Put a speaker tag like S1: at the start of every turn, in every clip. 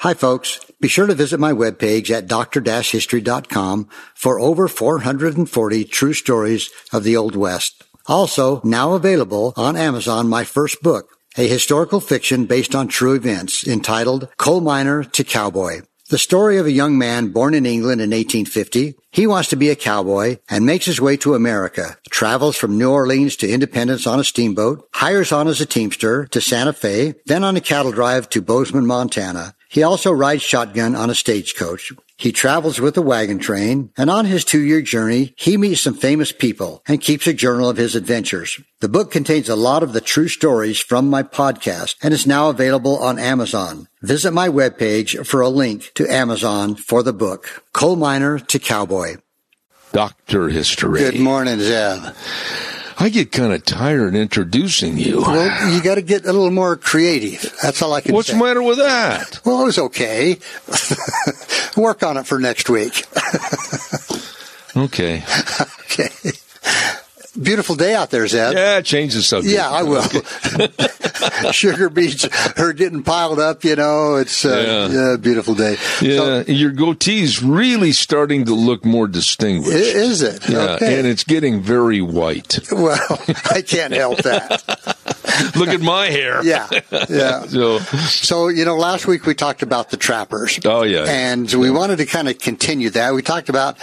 S1: Hi, folks. Be sure to visit my webpage at dr-history.com for over 440 true stories of the Old West. Also, now available on Amazon, my first book, a historical fiction based on true events entitled Coal Miner to Cowboy. The story of a young man born in England in 1850. He wants to be a cowboy and makes his way to America, travels from New Orleans to Independence on a steamboat, hires on as a teamster to Santa Fe, then on a cattle drive to Bozeman, Montana. He also rides shotgun on a stagecoach. He travels with a wagon train, and on his two-year journey, he meets some famous people and keeps a journal of his adventures. The book contains a lot of the true stories from my podcast and is now available on Amazon. Visit my webpage for a link to Amazon for the book, Coal Miner to Cowboy.
S2: Doctor History.
S1: Good morning, Zeb.
S2: I get kind of tired introducing you.
S1: Well, you got to get a little more creative. That's all I can
S2: What's
S1: say.
S2: the matter with that?
S1: Well, it was okay. Work on it for next week.
S2: Okay.
S1: okay. Beautiful day out there, Zeb.
S2: Yeah, change the subject.
S1: Uh, Yeah, I will. Sugar beets are getting piled up. You know, it's uh,
S2: Yeah.
S1: yeah, a beautiful day. So,
S2: Yeah, your goatee's really starting to look more
S1: i-
S2: distinguished.
S1: is it?
S2: yeah,
S1: okay.
S2: and it's getting very white.
S1: well, I can't help that.
S2: Look at my hair.
S1: Yeah, yeah.
S2: So,
S1: So, you know, last week we talked about the trappers.
S2: Oh, yeah.
S1: And we wanted to kind of continue that. We talked about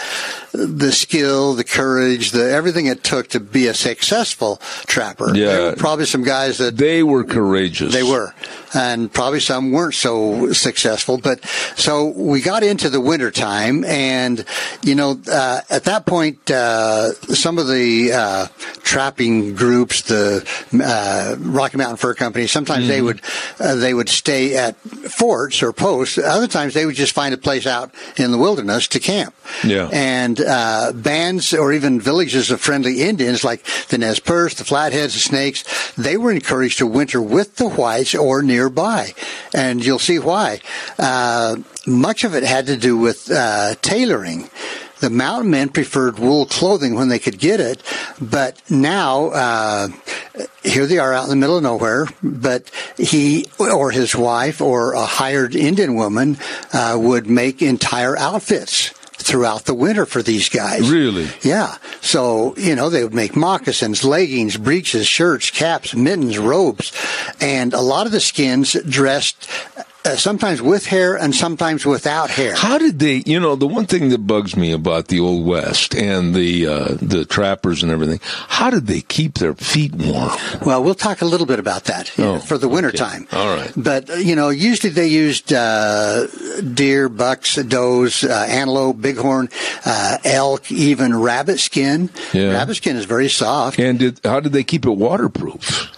S1: the skill, the courage, the everything it took to be a successful trapper.
S2: Yeah.
S1: There were probably some guys that
S2: they were courageous.
S1: They were. And probably some weren't so successful. But so we got into the wintertime and, you know, uh, at that point, uh, some of the, uh, trapping groups, the, uh, Rocky Mountain Fur Company, sometimes they would, uh, they would stay at forts or posts. Other times they would just find a place out in the wilderness to camp.
S2: Yeah.
S1: And, uh, bands or even villages of friendly Indians like the Nez Perce, the Flatheads, the Snakes, they were encouraged to winter with the whites or nearby. And you'll see why. Uh, much of it had to do with uh, tailoring. The mountain men preferred wool clothing when they could get it, but now uh, here they are out in the middle of nowhere. But he or his wife or a hired Indian woman uh, would make entire outfits throughout the winter for these guys.
S2: Really?
S1: Yeah. So, you know, they would make moccasins, leggings, breeches, shirts, caps, mittens, robes, and a lot of the skins dressed uh, sometimes with hair and sometimes without hair.
S2: How did they? You know, the one thing that bugs me about the old west and the uh, the trappers and everything. How did they keep their feet warm?
S1: Well, we'll talk a little bit about that you know,
S2: Oh,
S1: for the winter time.
S2: All right.
S1: But, uh, you know, usually they used uh, deer, bucks, does, uh, antelope, bighorn, uh, elk, even rabbit skin.
S2: Yeah.
S1: Rabbit skin is very soft.
S2: And did, how did they keep it waterproof?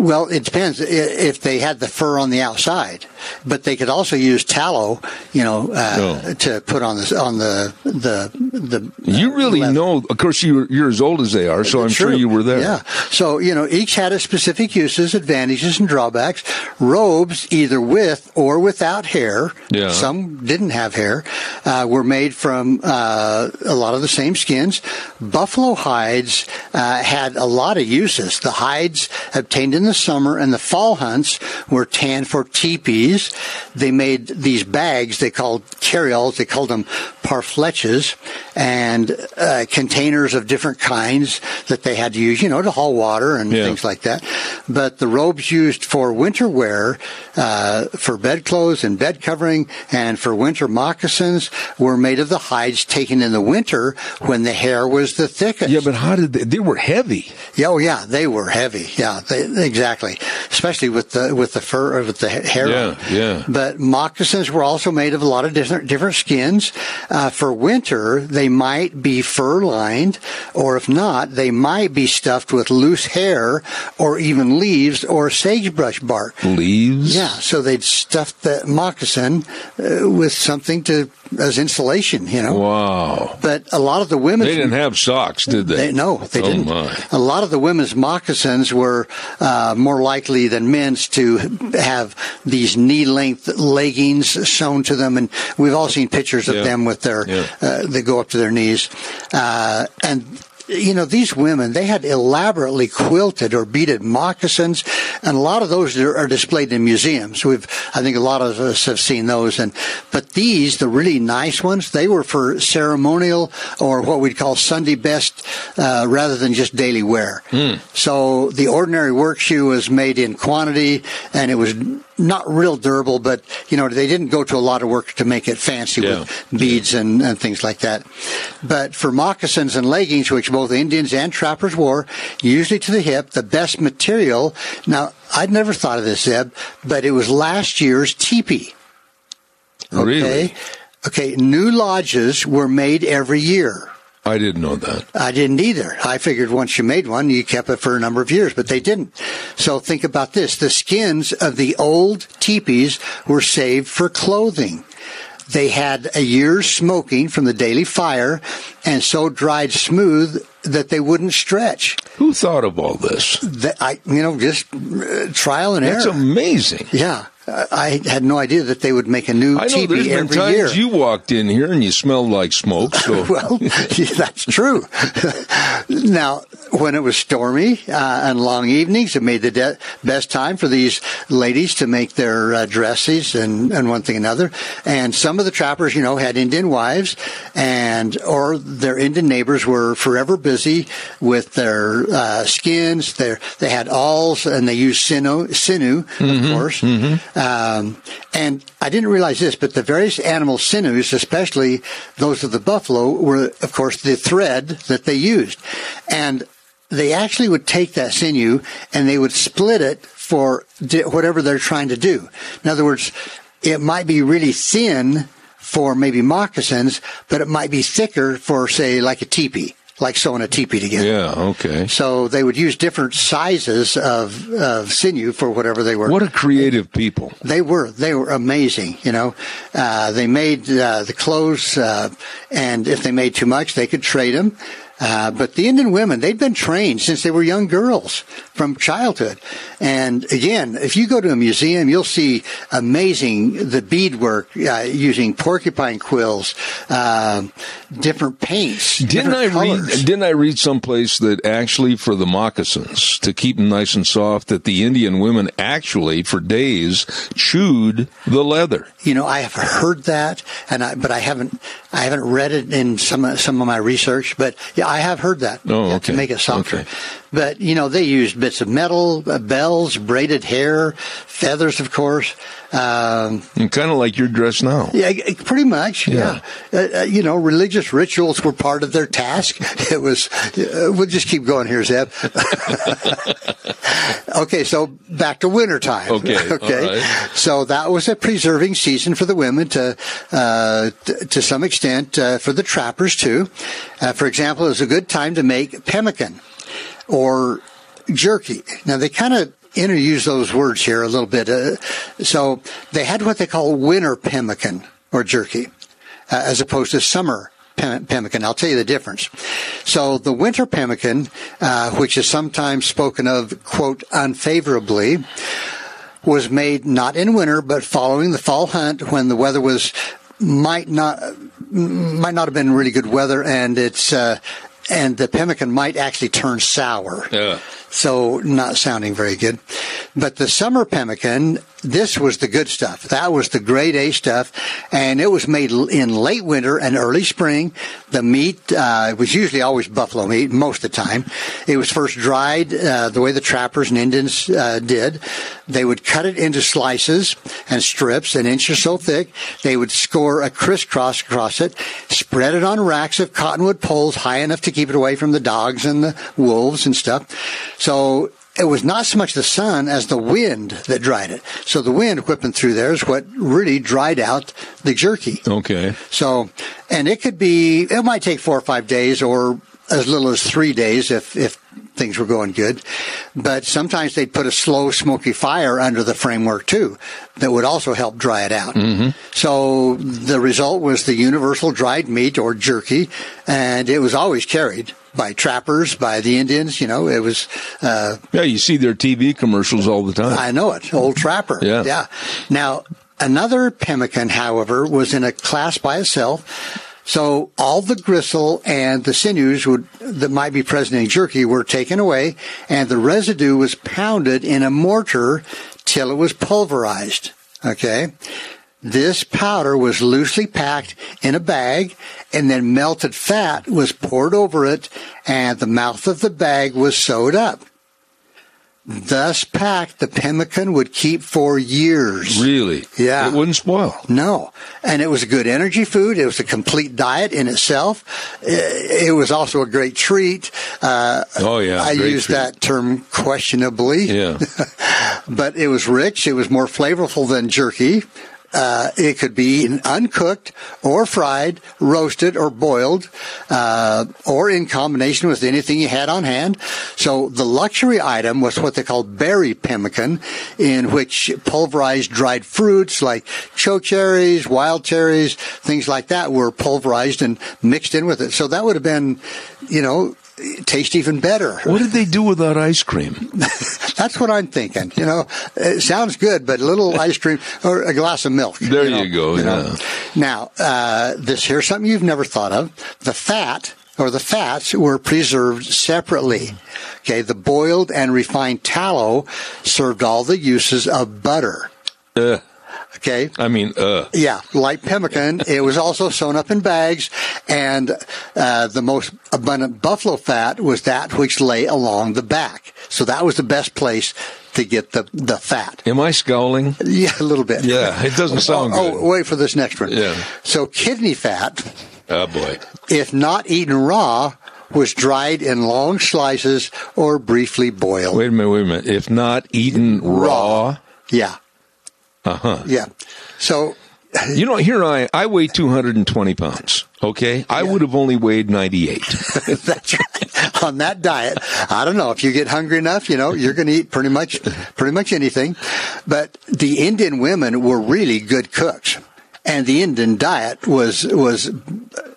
S1: Well, it depends i- if they had the fur on the outside, but they could also use tallow, you know, uh,
S2: No.
S1: to put on the on the the the.
S2: Oh.
S1: uh,
S2: You really
S1: leather.
S2: know. Of course, you're, you're as old as they are, so I'm sure
S1: True.
S2: you were there.
S1: Yeah. So you know, each had its specific uses, advantages, and drawbacks. Robes, either with or without hair,
S2: Yeah.
S1: some didn't have hair, uh, were made from uh, a lot of the same skins. Buffalo hides uh, had a lot of uses. The hides obtained in the summer and the fall hunts were tanned for teepees. They made these bags they called carryalls. They called them parfletches. and uh, containers of different kinds that they had to use, you know, to haul water and
S2: Yeah.
S1: things like that. But the robes used for winter wear, uh, for bedclothes and bed covering, and for winter moccasins were made of the hides taken in the winter when the hair was the thickest.
S2: Yeah, but how did they? They were heavy.
S1: Yeah, oh yeah, they were heavy. Yeah, they, exactly. Especially with the with the fur uh, with the hair.
S2: Yeah,
S1: on.
S2: yeah.
S1: But moccasins were also made of a lot of different different skins. Uh, for winter, they might be fur lined, or if not, they might be stuffed with loose hair, or even leaves or sagebrush bark.
S2: Leaves.
S1: Yeah, so they'd stuff the moccasin uh, with something to as insulation, you know.
S2: Wow.
S1: But a lot of the women
S2: They didn't have socks, did they?
S1: they, no, they
S2: oh
S1: didn't.
S2: My.
S1: A lot of the women's moccasins were uh, more likely than men's to have these knee-length leggings sewn to them, and we've all seen pictures of
S2: Yeah.
S1: them with their
S2: Yeah.
S1: uh, they go up to their knees, uh, and. You know, these women, they had elaborately quilted or beaded moccasins, and a lot of those are are displayed in museums. We've, I think a lot of us have seen those, and, but these, the really nice ones, they were for ceremonial or what we'd call Sunday best, uh, rather than just daily wear. So the ordinary work shoe was made in quantity, and it was not real durable, but, you know, they didn't go to a lot of work to make it fancy
S2: Yeah.
S1: with beads and, and things like that. But for moccasins and leggings, which both Indians and trappers wore, usually to the hip, the best material. Now, I'd never thought of this, Zeb, but it was last year's teepee.
S2: Really?
S1: Okay, new lodges were made every year.
S2: I didn't know that.
S1: I didn't either. I figured once you made one, you kept it for a number of years, but they didn't. So think about this. The skins of the old teepees were saved for clothing. They had a year's smoking from the daily fire and so dried smooth that they wouldn't stretch.
S2: Who thought of all this?
S1: That I, you know, just uh, trial and
S2: That's
S1: error.
S2: amazing.
S1: yeah. I I had no idea that they would make a new
S2: I know there's
S1: teepee
S2: been
S1: every
S2: times
S1: year.
S2: you walked in here and you smelled like smoke. So
S1: well, that's true. now, when it was stormy uh, and long evenings, it made the de- best time for these ladies to make their uh, dresses and, and one thing another. And some of the trappers, you know, had Indian wives, and or their Indian neighbors were forever busy with their uh, skins. Their they had awls, and they used sinew, sinew of course. Um, and I didn't realize this, but the various animal sinews, especially those of the buffalo, were, of course, the thread that they used. And they actually would take that sinew and they would split it for di- whatever they're trying to do. In other words, it might be really thin for maybe moccasins, but it might be thicker for, say, like a teepee, like sewing a teepee together.
S2: yeah, okay.
S1: So they would use different sizes of, of sinew for whatever they were
S2: What a creative people.
S1: they were they were amazing you know uh, they made uh, the clothes uh, and if they made too much they could trade them uh, but the Indian women, they'd been trained since they were young girls from childhood. And again, if you go to a museum, you'll see amazing the beadwork uh, using porcupine quills, um different paints.
S2: Didn't I
S1: different
S2: read?
S1: colors.
S2: Didn't I read someplace that actually for the moccasins to keep them nice and soft, that the Indian women actually for days chewed the leather.
S1: you know, I have heard that, and I, but I haven't, I haven't read it in some some of my research. But yeah, I have heard that.
S2: Oh,
S1: Yeah, To
S2: okay.
S1: make it softer.
S2: Okay.
S1: But you know, they used bits of metal, uh, bells, braided hair, feathers, of course. Um,
S2: And kind of like your dress now.
S1: yeah, it- it- pretty much.
S2: Yeah.
S1: Yeah. Uh, uh, you know, religious rituals were part of their task. It was. Uh, we'll just keep going here, Zeb. okay, so back to wintertime.
S2: Okay, all
S1: okay.
S2: right.
S1: So that was a preserving season for the women to, uh, t- to some extent, uh, for the trappers too. Uh, for example, it was a good time to make pemmican or jerky. Now they kind of interuse those words here a little bit. Uh, so they had what they call winter pemmican or jerky uh, as opposed to summer pem- pemmican. I'll tell you the difference. So the winter pemmican, uh, which is sometimes spoken of, quote, unfavorably, was made not in winter, but following the fall hunt when the weather was might not might not have been really good weather, and it's uh, and the pemmican might actually turn sour
S2: Yeah.
S1: so not sounding very good. But the summer pemmican This was the good stuff. That was the grade A stuff, and it was made l- in late winter and early spring. The meat uh, it was usually always buffalo meat most of the time. It was first dried uh, the way the trappers and Indians uh, did. They would cut it into slices and strips, an inch or so thick. They would score a crisscross across it, spread it on racks of cottonwood poles high enough to keep it away from the dogs and the wolves and stuff. So it was not so much the sun as the wind that dried it. So the wind whipping through there is what really dried out the jerky.
S2: Okay.
S1: So, and it could be, it might take four or five days or as little as three days if, if things were going good. But sometimes they'd put a slow smoky fire under the framework too that would also help dry it out. So the result was the universal dried meat or jerky and it was always carried by trappers, by the Indians, you know, it was, uh,
S2: Yeah, you see their TV commercials all the time.
S1: I know it. Old Trapper.
S2: Yeah.
S1: Now, another pemmican, however, was in a class by itself. So all the gristle and the sinews would, that might be present in jerky were taken away and the residue was pounded in a mortar till it was pulverized. Okay. This powder was loosely packed in a bag and then melted fat was poured over it and the mouth of the bag was sewed up. Thus packed, the pemmican would keep for years.
S2: really?
S1: Yeah.
S2: It wouldn't spoil.
S1: No. And it was a good energy food. It was a complete diet in itself. It it was also a great treat. Uh,
S2: Oh yeah.
S1: I
S2: great
S1: use
S2: treat.
S1: that term questionably,
S2: Yeah.
S1: but it was rich. It was more flavorful than jerky. Uh, it could be eaten uncooked or fried, roasted or boiled, uh, or in combination with anything you had on hand. So the luxury item was what they called berry pemmican, in which pulverized dried fruits like chokecherries, wild cherries, things like that were pulverized and mixed in with it. So that would have been, you know, taste even better.
S2: What did they do without ice cream?
S1: That's what I'm thinking. You know, it sounds good, but a little ice cream or a glass of milk.
S2: There you go, yeah.
S1: Now, uh, this here's something you've never thought of. The fat or the fats were preserved separately. Okay, the boiled and refined tallow served all the uses of butter.
S2: Uh,
S1: Okay.
S2: I mean, uh.
S1: Yeah, like pemmican. it was also sewn up in bags, and uh, the most abundant buffalo fat was that which lay along the back. So that was the best place to get the, the fat.
S2: Am I scowling?
S1: Yeah, a little bit.
S2: Yeah, it doesn't sound
S1: oh,
S2: good.
S1: Oh, wait for this next one.
S2: Yeah.
S1: So kidney fat,
S2: Oh boy.
S1: if not eaten raw, was dried in long slices or briefly boiled.
S2: Wait a minute. Wait a minute. If not eaten raw, Uh-huh.
S1: Yeah. Uh huh. Yeah. So
S2: you know, here I I weigh 220 pounds. Okay, I would have only weighed 98.
S1: That's right. On that diet, I don't know if you get hungry enough, you know, you're going to eat pretty much, pretty much anything. But the Indian women were really good cooks, and the Indian diet was was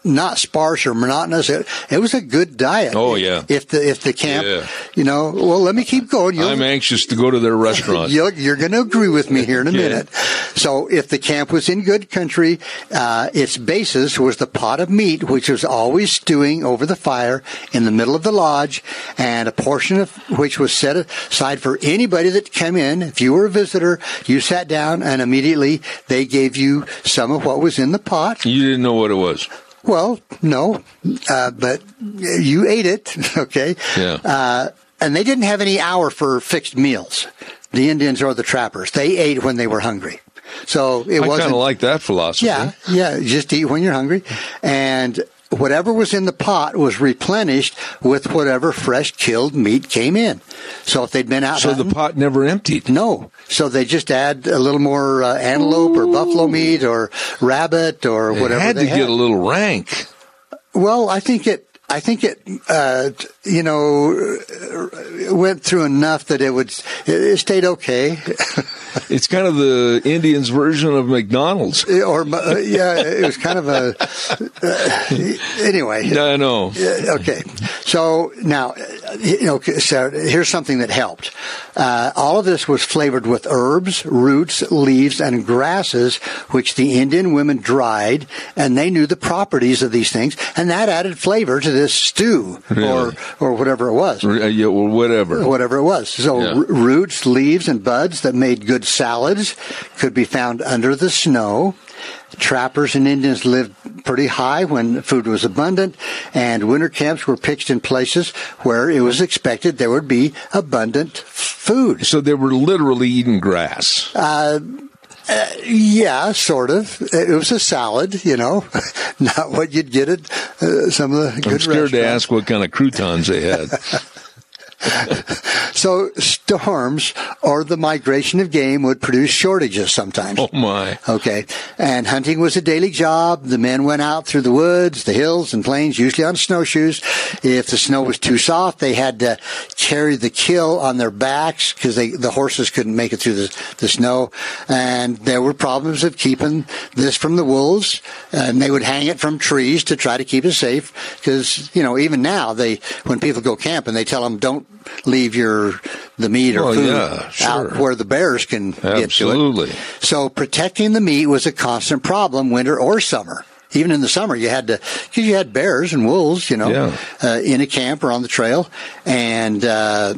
S1: not sparse or monotonous. It, it was a good diet.
S2: Oh, yeah.
S1: If the if the camp,
S2: Yeah.
S1: you know, well, let me keep going. You'll-
S2: I'm anxious to go to their restaurant.
S1: you're, you're going to agree with me here in a
S2: Yeah.
S1: minute. So, if the camp was in good country, uh, its basis was the pot of meat, which was always stewing over the fire in the middle of the lodge, and a portion of which was set aside for anybody that came in. If you were a visitor, you sat down, and immediately they gave you some of what was in the pot.
S2: You didn't know what it was.
S1: Well, no, uh, but you ate it, okay?
S2: Yeah.
S1: Uh, and they didn't have any hour for fixed meals. The Indians or the trappers, they ate when they were hungry. So it
S2: I kind
S1: wasn't.
S2: of like that philosophy.
S1: yeah, yeah. Just eat when you're hungry, and whatever was in the pot was replenished with whatever fresh killed meat came in. So if they'd been out,
S2: So the
S1: hunting-
S2: pot never emptied.
S1: no. So they just add a little more uh, antelope or buffalo meat or rabbit or
S2: It
S1: whatever.
S2: had to
S1: they
S2: get a little rank.
S1: Well, I think it. I think it. Uh, you know, uh, went through enough that it would. It stayed okay,
S2: It's kind of the Indians' version of McDonald's.
S1: or uh, yeah, it was kind of a. Uh, anyway.
S2: I know.
S1: Uh, Okay, so now uh, you know, so here's something that helped. Uh, all of this was flavored with herbs, roots, leaves, and grasses, which the Indian women dried, and they knew the properties of these things, and that added flavor to this stew
S2: Really?
S1: or or whatever it was.
S2: Or, uh, yeah, well, whatever.
S1: Whatever it was. So
S2: Yeah.
S1: r- roots, leaves, and buds that made good salads could be found under the snow. Trappers and Indians lived pretty high when food was abundant, and winter camps were pitched in places where it was expected there would be abundant food.
S2: So they were literally eating grass.
S1: Ah, Yeah, sort of. It was a salad, you know, not what you'd get at uh, some of the good
S2: I'm scared to
S1: restaurants.
S2: ask what kind of croutons they had.
S1: So storms or the migration of game would produce shortages sometimes.
S2: oh my.
S1: Okay. And hunting was a daily job. The men went out through the woods, the hills and plains, usually on snowshoes. If the snow was too soft, they had to carry the kill on their backs because they, the horses couldn't make it through the, the snow. And there were problems of keeping this from the wolves. And they would hang it from trees to try to keep it safe because, you know, even now they, when people go camping, they tell them don't leave your, the meat or
S2: Well,
S1: food
S2: yeah,
S1: out
S2: sure.
S1: where the bears can get to it.
S2: Absolutely.
S1: So protecting the meat was a constant problem, winter or summer. Even in the summer, you had to, because you had bears and wolves, you know,
S2: Yeah.
S1: uh, in a camp or on the trail. And uh,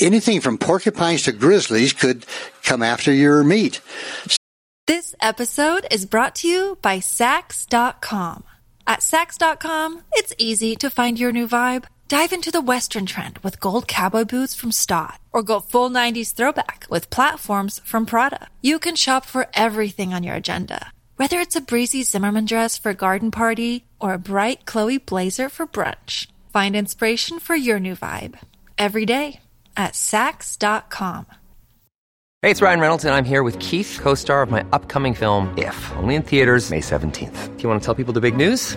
S1: anything from porcupines to grizzlies could come after your meat.
S3: This episode is brought to you by Sax.com. At Sax.com, it's easy to find your new vibe. Dive into the Western trend with gold cowboy boots from Stott, or go full 90s throwback with platforms from Prada. You can shop for everything on your agenda, whether it's a breezy Zimmerman dress for a garden party or a bright Chloe blazer for brunch. Find inspiration for your new vibe every day at Sax.com.
S4: Hey, it's Ryan Reynolds, and I'm here with Keith, co star of my upcoming film, If, only in theaters, May 17th. Do you want to tell people the big news?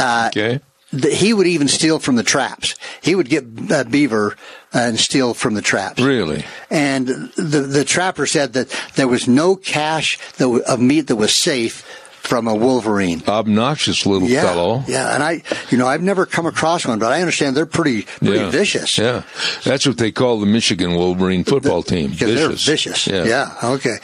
S2: Okay.
S1: The- He would even steal from the traps. He would get a beaver uh, and steal from the traps.
S2: Really?
S1: and the the trapper said that there was no cache that, wa- of meat that was safe from a wolverine.
S2: Obnoxious little
S1: Yeah,
S2: Oh, fellow.
S1: yeah, and I, you know, I've never come across one, but I understand they're pretty pretty
S2: Yeah.
S1: vicious.
S2: Yeah. That's what they call the Michigan Wolverine football team.
S1: Because
S2: Vicious.
S1: they're vicious. Okay.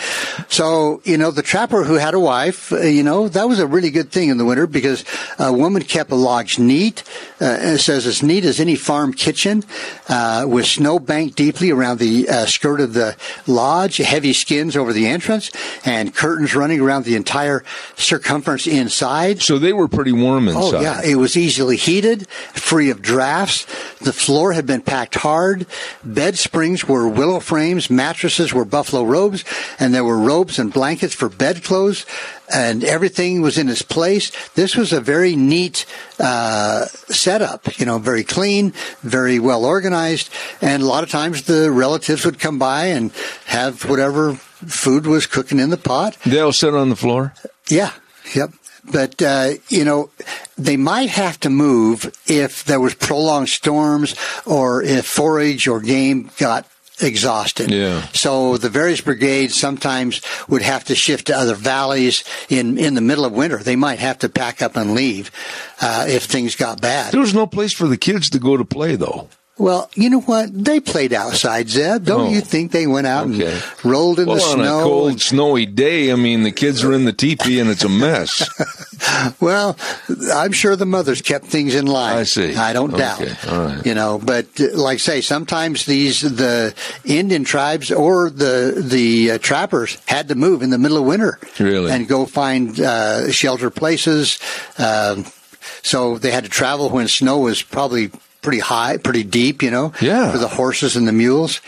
S1: So, you know, the trapper who had a wife, uh, you know, that was a really good thing in the winter because a woman kept a lodge neat. Uh, and it says as neat as any farm kitchen, uh, with snow banked deeply around the uh, skirt of the lodge, heavy skins over the entrance, and curtains running around the entire circumference inside.
S2: So they were pretty warm inside.
S1: Oh yeah, it was easily heated, free of drafts. The floor had been packed hard. Bed springs were willow frames. Mattresses were buffalo robes, and there were robes and blankets for bedclothes, and everything was in its place. This was a very neat uh, setup. You know, very clean, very well organized, and a lot of times the relatives would come by and have whatever food was cooking in the pot.
S2: They all sit on the floor?
S1: Yeah. Yep. But uh, you know, they might have to move if there was prolonged storms or if forage or game got exhausted.
S2: Yeah.
S1: So the various brigades sometimes would have to shift to other valleys in in the middle of winter. They might have to pack up and leave uh, if things got bad.
S2: There was no place for the kids to go to play, though.
S1: Well, you know what? They played outside, Zeb. Don't
S2: Oh.
S1: you think they went out
S2: Okay.
S1: and rolled in
S2: well,
S1: the
S2: on
S1: snow?
S2: a cold, snowy day, I mean, the kids are in the teepee and it's a mess.
S1: Well, I'm sure the mothers kept things in line.
S2: I see.
S1: I don't doubt.
S2: Okay, all right.
S1: You know, but uh, like I say, sometimes these the Indian tribes or the the uh, trappers had to move in the middle of winter,
S2: Really?
S1: and go find uh, shelter places. Um, so they had to travel when snow was probably pretty high, pretty deep, you know,
S2: Yeah.
S1: for the horses and the mules.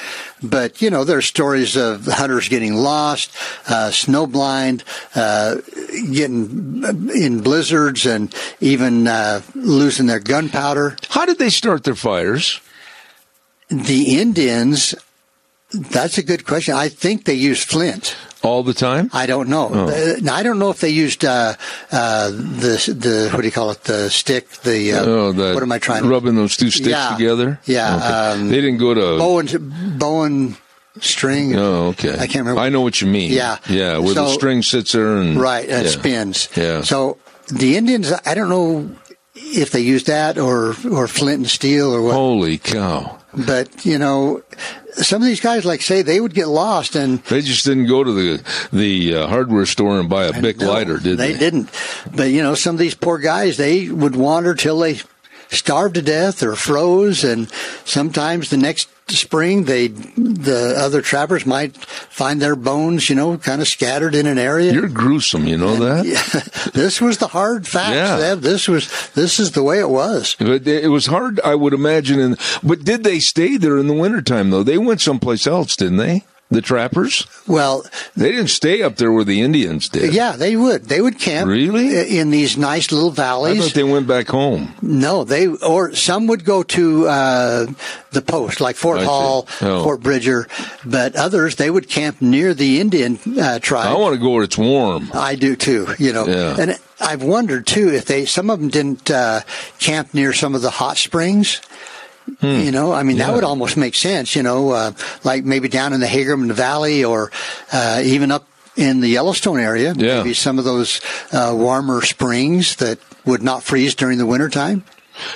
S1: But, you know, there are stories of hunters getting lost, uh, snowblind, uh, getting in blizzards and even uh, losing their gunpowder.
S2: How did they start their fires?
S1: The Indians, that's a good question. I think they used flint.
S2: All the time?
S1: I don't know.
S2: Oh.
S1: Uh, now, I don't know if they used uh, uh, the the what do you call it? The stick. The uh,
S2: Oh, the
S1: what am I trying?
S2: Rubbing those two sticks
S1: Yeah.
S2: together?
S1: Yeah,
S2: Okay.
S1: um,
S2: they didn't go to.
S1: bow and bow and string.
S2: oh, okay.
S1: I can't remember.
S2: I know what you mean.
S1: Yeah.
S2: Yeah, where the
S1: So-
S2: string sits there and.
S1: Right, and
S2: yeah.
S1: spins.
S2: Yeah.
S1: So the Indians, I don't know if they used that or or flint and steel or what.
S2: Holy cow.
S1: But you know, some of these guys, like say, they would get lost and.
S2: They just didn't go to the the uh, hardware store and buy a Bic
S1: No,
S2: lighter, did they?
S1: They didn't. But you know, some of these poor guys, they would wander till they starved to death or froze, and sometimes the next spring, they the other trappers might find their bones, you know, kind of scattered in an area.
S2: You're gruesome, you know that?
S1: this was the hard facts.
S2: Yeah.
S1: Deb. This was this is the way it was.
S2: But it was hard, I would imagine. And but did they stay there in the wintertime though? They went someplace else, didn't they? The trappers?
S1: Well,
S2: They didn't stay up there where the Indians did.
S1: yeah, they would they would camp
S2: Really?
S1: i- in these nice little
S2: I thought
S1: valleys.
S2: they went back home.
S1: no, they or some would go to uh, the post like Fort
S2: I see.
S1: Hall,
S2: Oh.
S1: Fort Bridger, but others they would camp near the Indian uh, tribe.
S2: I want to go where it's warm.
S1: I do too, you know.
S2: Yeah.
S1: And I've wondered too if they some of them didn't uh, camp near some of the hot springs.
S2: Hmm.
S1: You know, I mean that would almost make sense. You know, uh, like maybe down in the Hagerman Valley or uh, even up in the Yellowstone area.
S2: Yeah.
S1: Maybe some of those uh, warmer springs that would not freeze during the wintertime.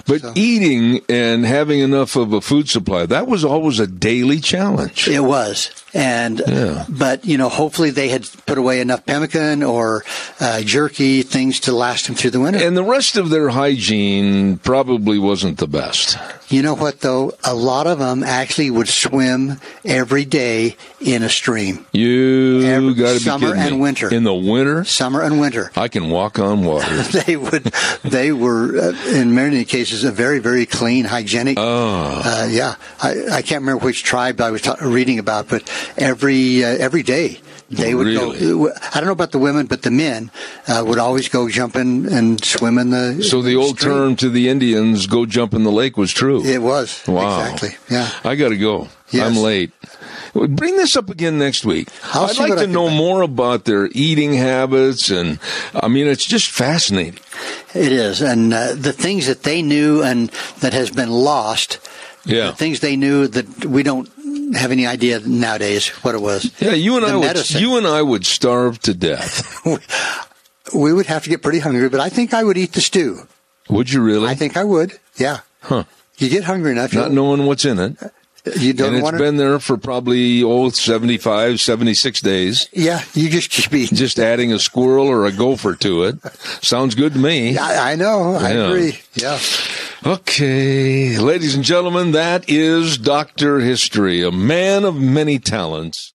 S2: But eating and having enough of a food supply, that was always a daily challenge.
S1: It was, and
S2: Yeah.
S1: but you know, hopefully they had put away enough pemmican or uh, jerky things to last them through the winter.
S2: And the rest of their hygiene probably wasn't the best.
S1: You know what, though? A lot of them actually would swim every day in a stream,
S2: You
S1: Every
S2: got to be
S1: summer
S2: kidding me.
S1: and winter.
S2: In the winter,
S1: summer and winter.
S2: I can walk on water.
S1: They would, they were, uh, in many cases, a very, very clean, hygienic. Oh. Uh, yeah. I, I can't remember which tribe I was ta- reading about, but every, uh, every day. They would
S2: Really?
S1: go. I don't know about the women, but the men uh, would always go jumping and swim in the.
S2: So the old
S1: stream.
S2: term to the Indians, "Go jump in the lake," was true.
S1: It was
S2: Wow.
S1: exactly. Yeah.
S2: I got to go.
S1: Yes.
S2: I'm late. Well, Bring this up again next week.
S1: I'll
S2: would
S1: see
S2: like
S1: what I
S2: to
S1: can
S2: know
S1: do.
S2: more about their eating habits, and I mean, it's just fascinating.
S1: It is, and uh, the things that they knew and that has been lost.
S2: Yeah.
S1: the things they knew that we don't have any idea nowadays what it was.
S2: Yeah, you and
S1: The
S2: I would
S1: medicine.
S2: you and I would starve to death.
S1: We would have to get pretty hungry, but I think I would eat the stew.
S2: would you really?
S1: I think I would. Yeah.
S2: Huh.
S1: You get hungry enough.
S2: Not
S1: you,
S2: knowing what's in it.
S1: you don't
S2: and it's
S1: want to.
S2: been there for probably oh 75 76 days
S1: yeah, you just keep eating.
S2: just adding a squirrel or a gopher to it sounds good to me
S1: I, I know. I
S2: Yeah.
S1: agree. Yeah.
S2: Okay, ladies and gentlemen, that is Dr. History, a man of many talents.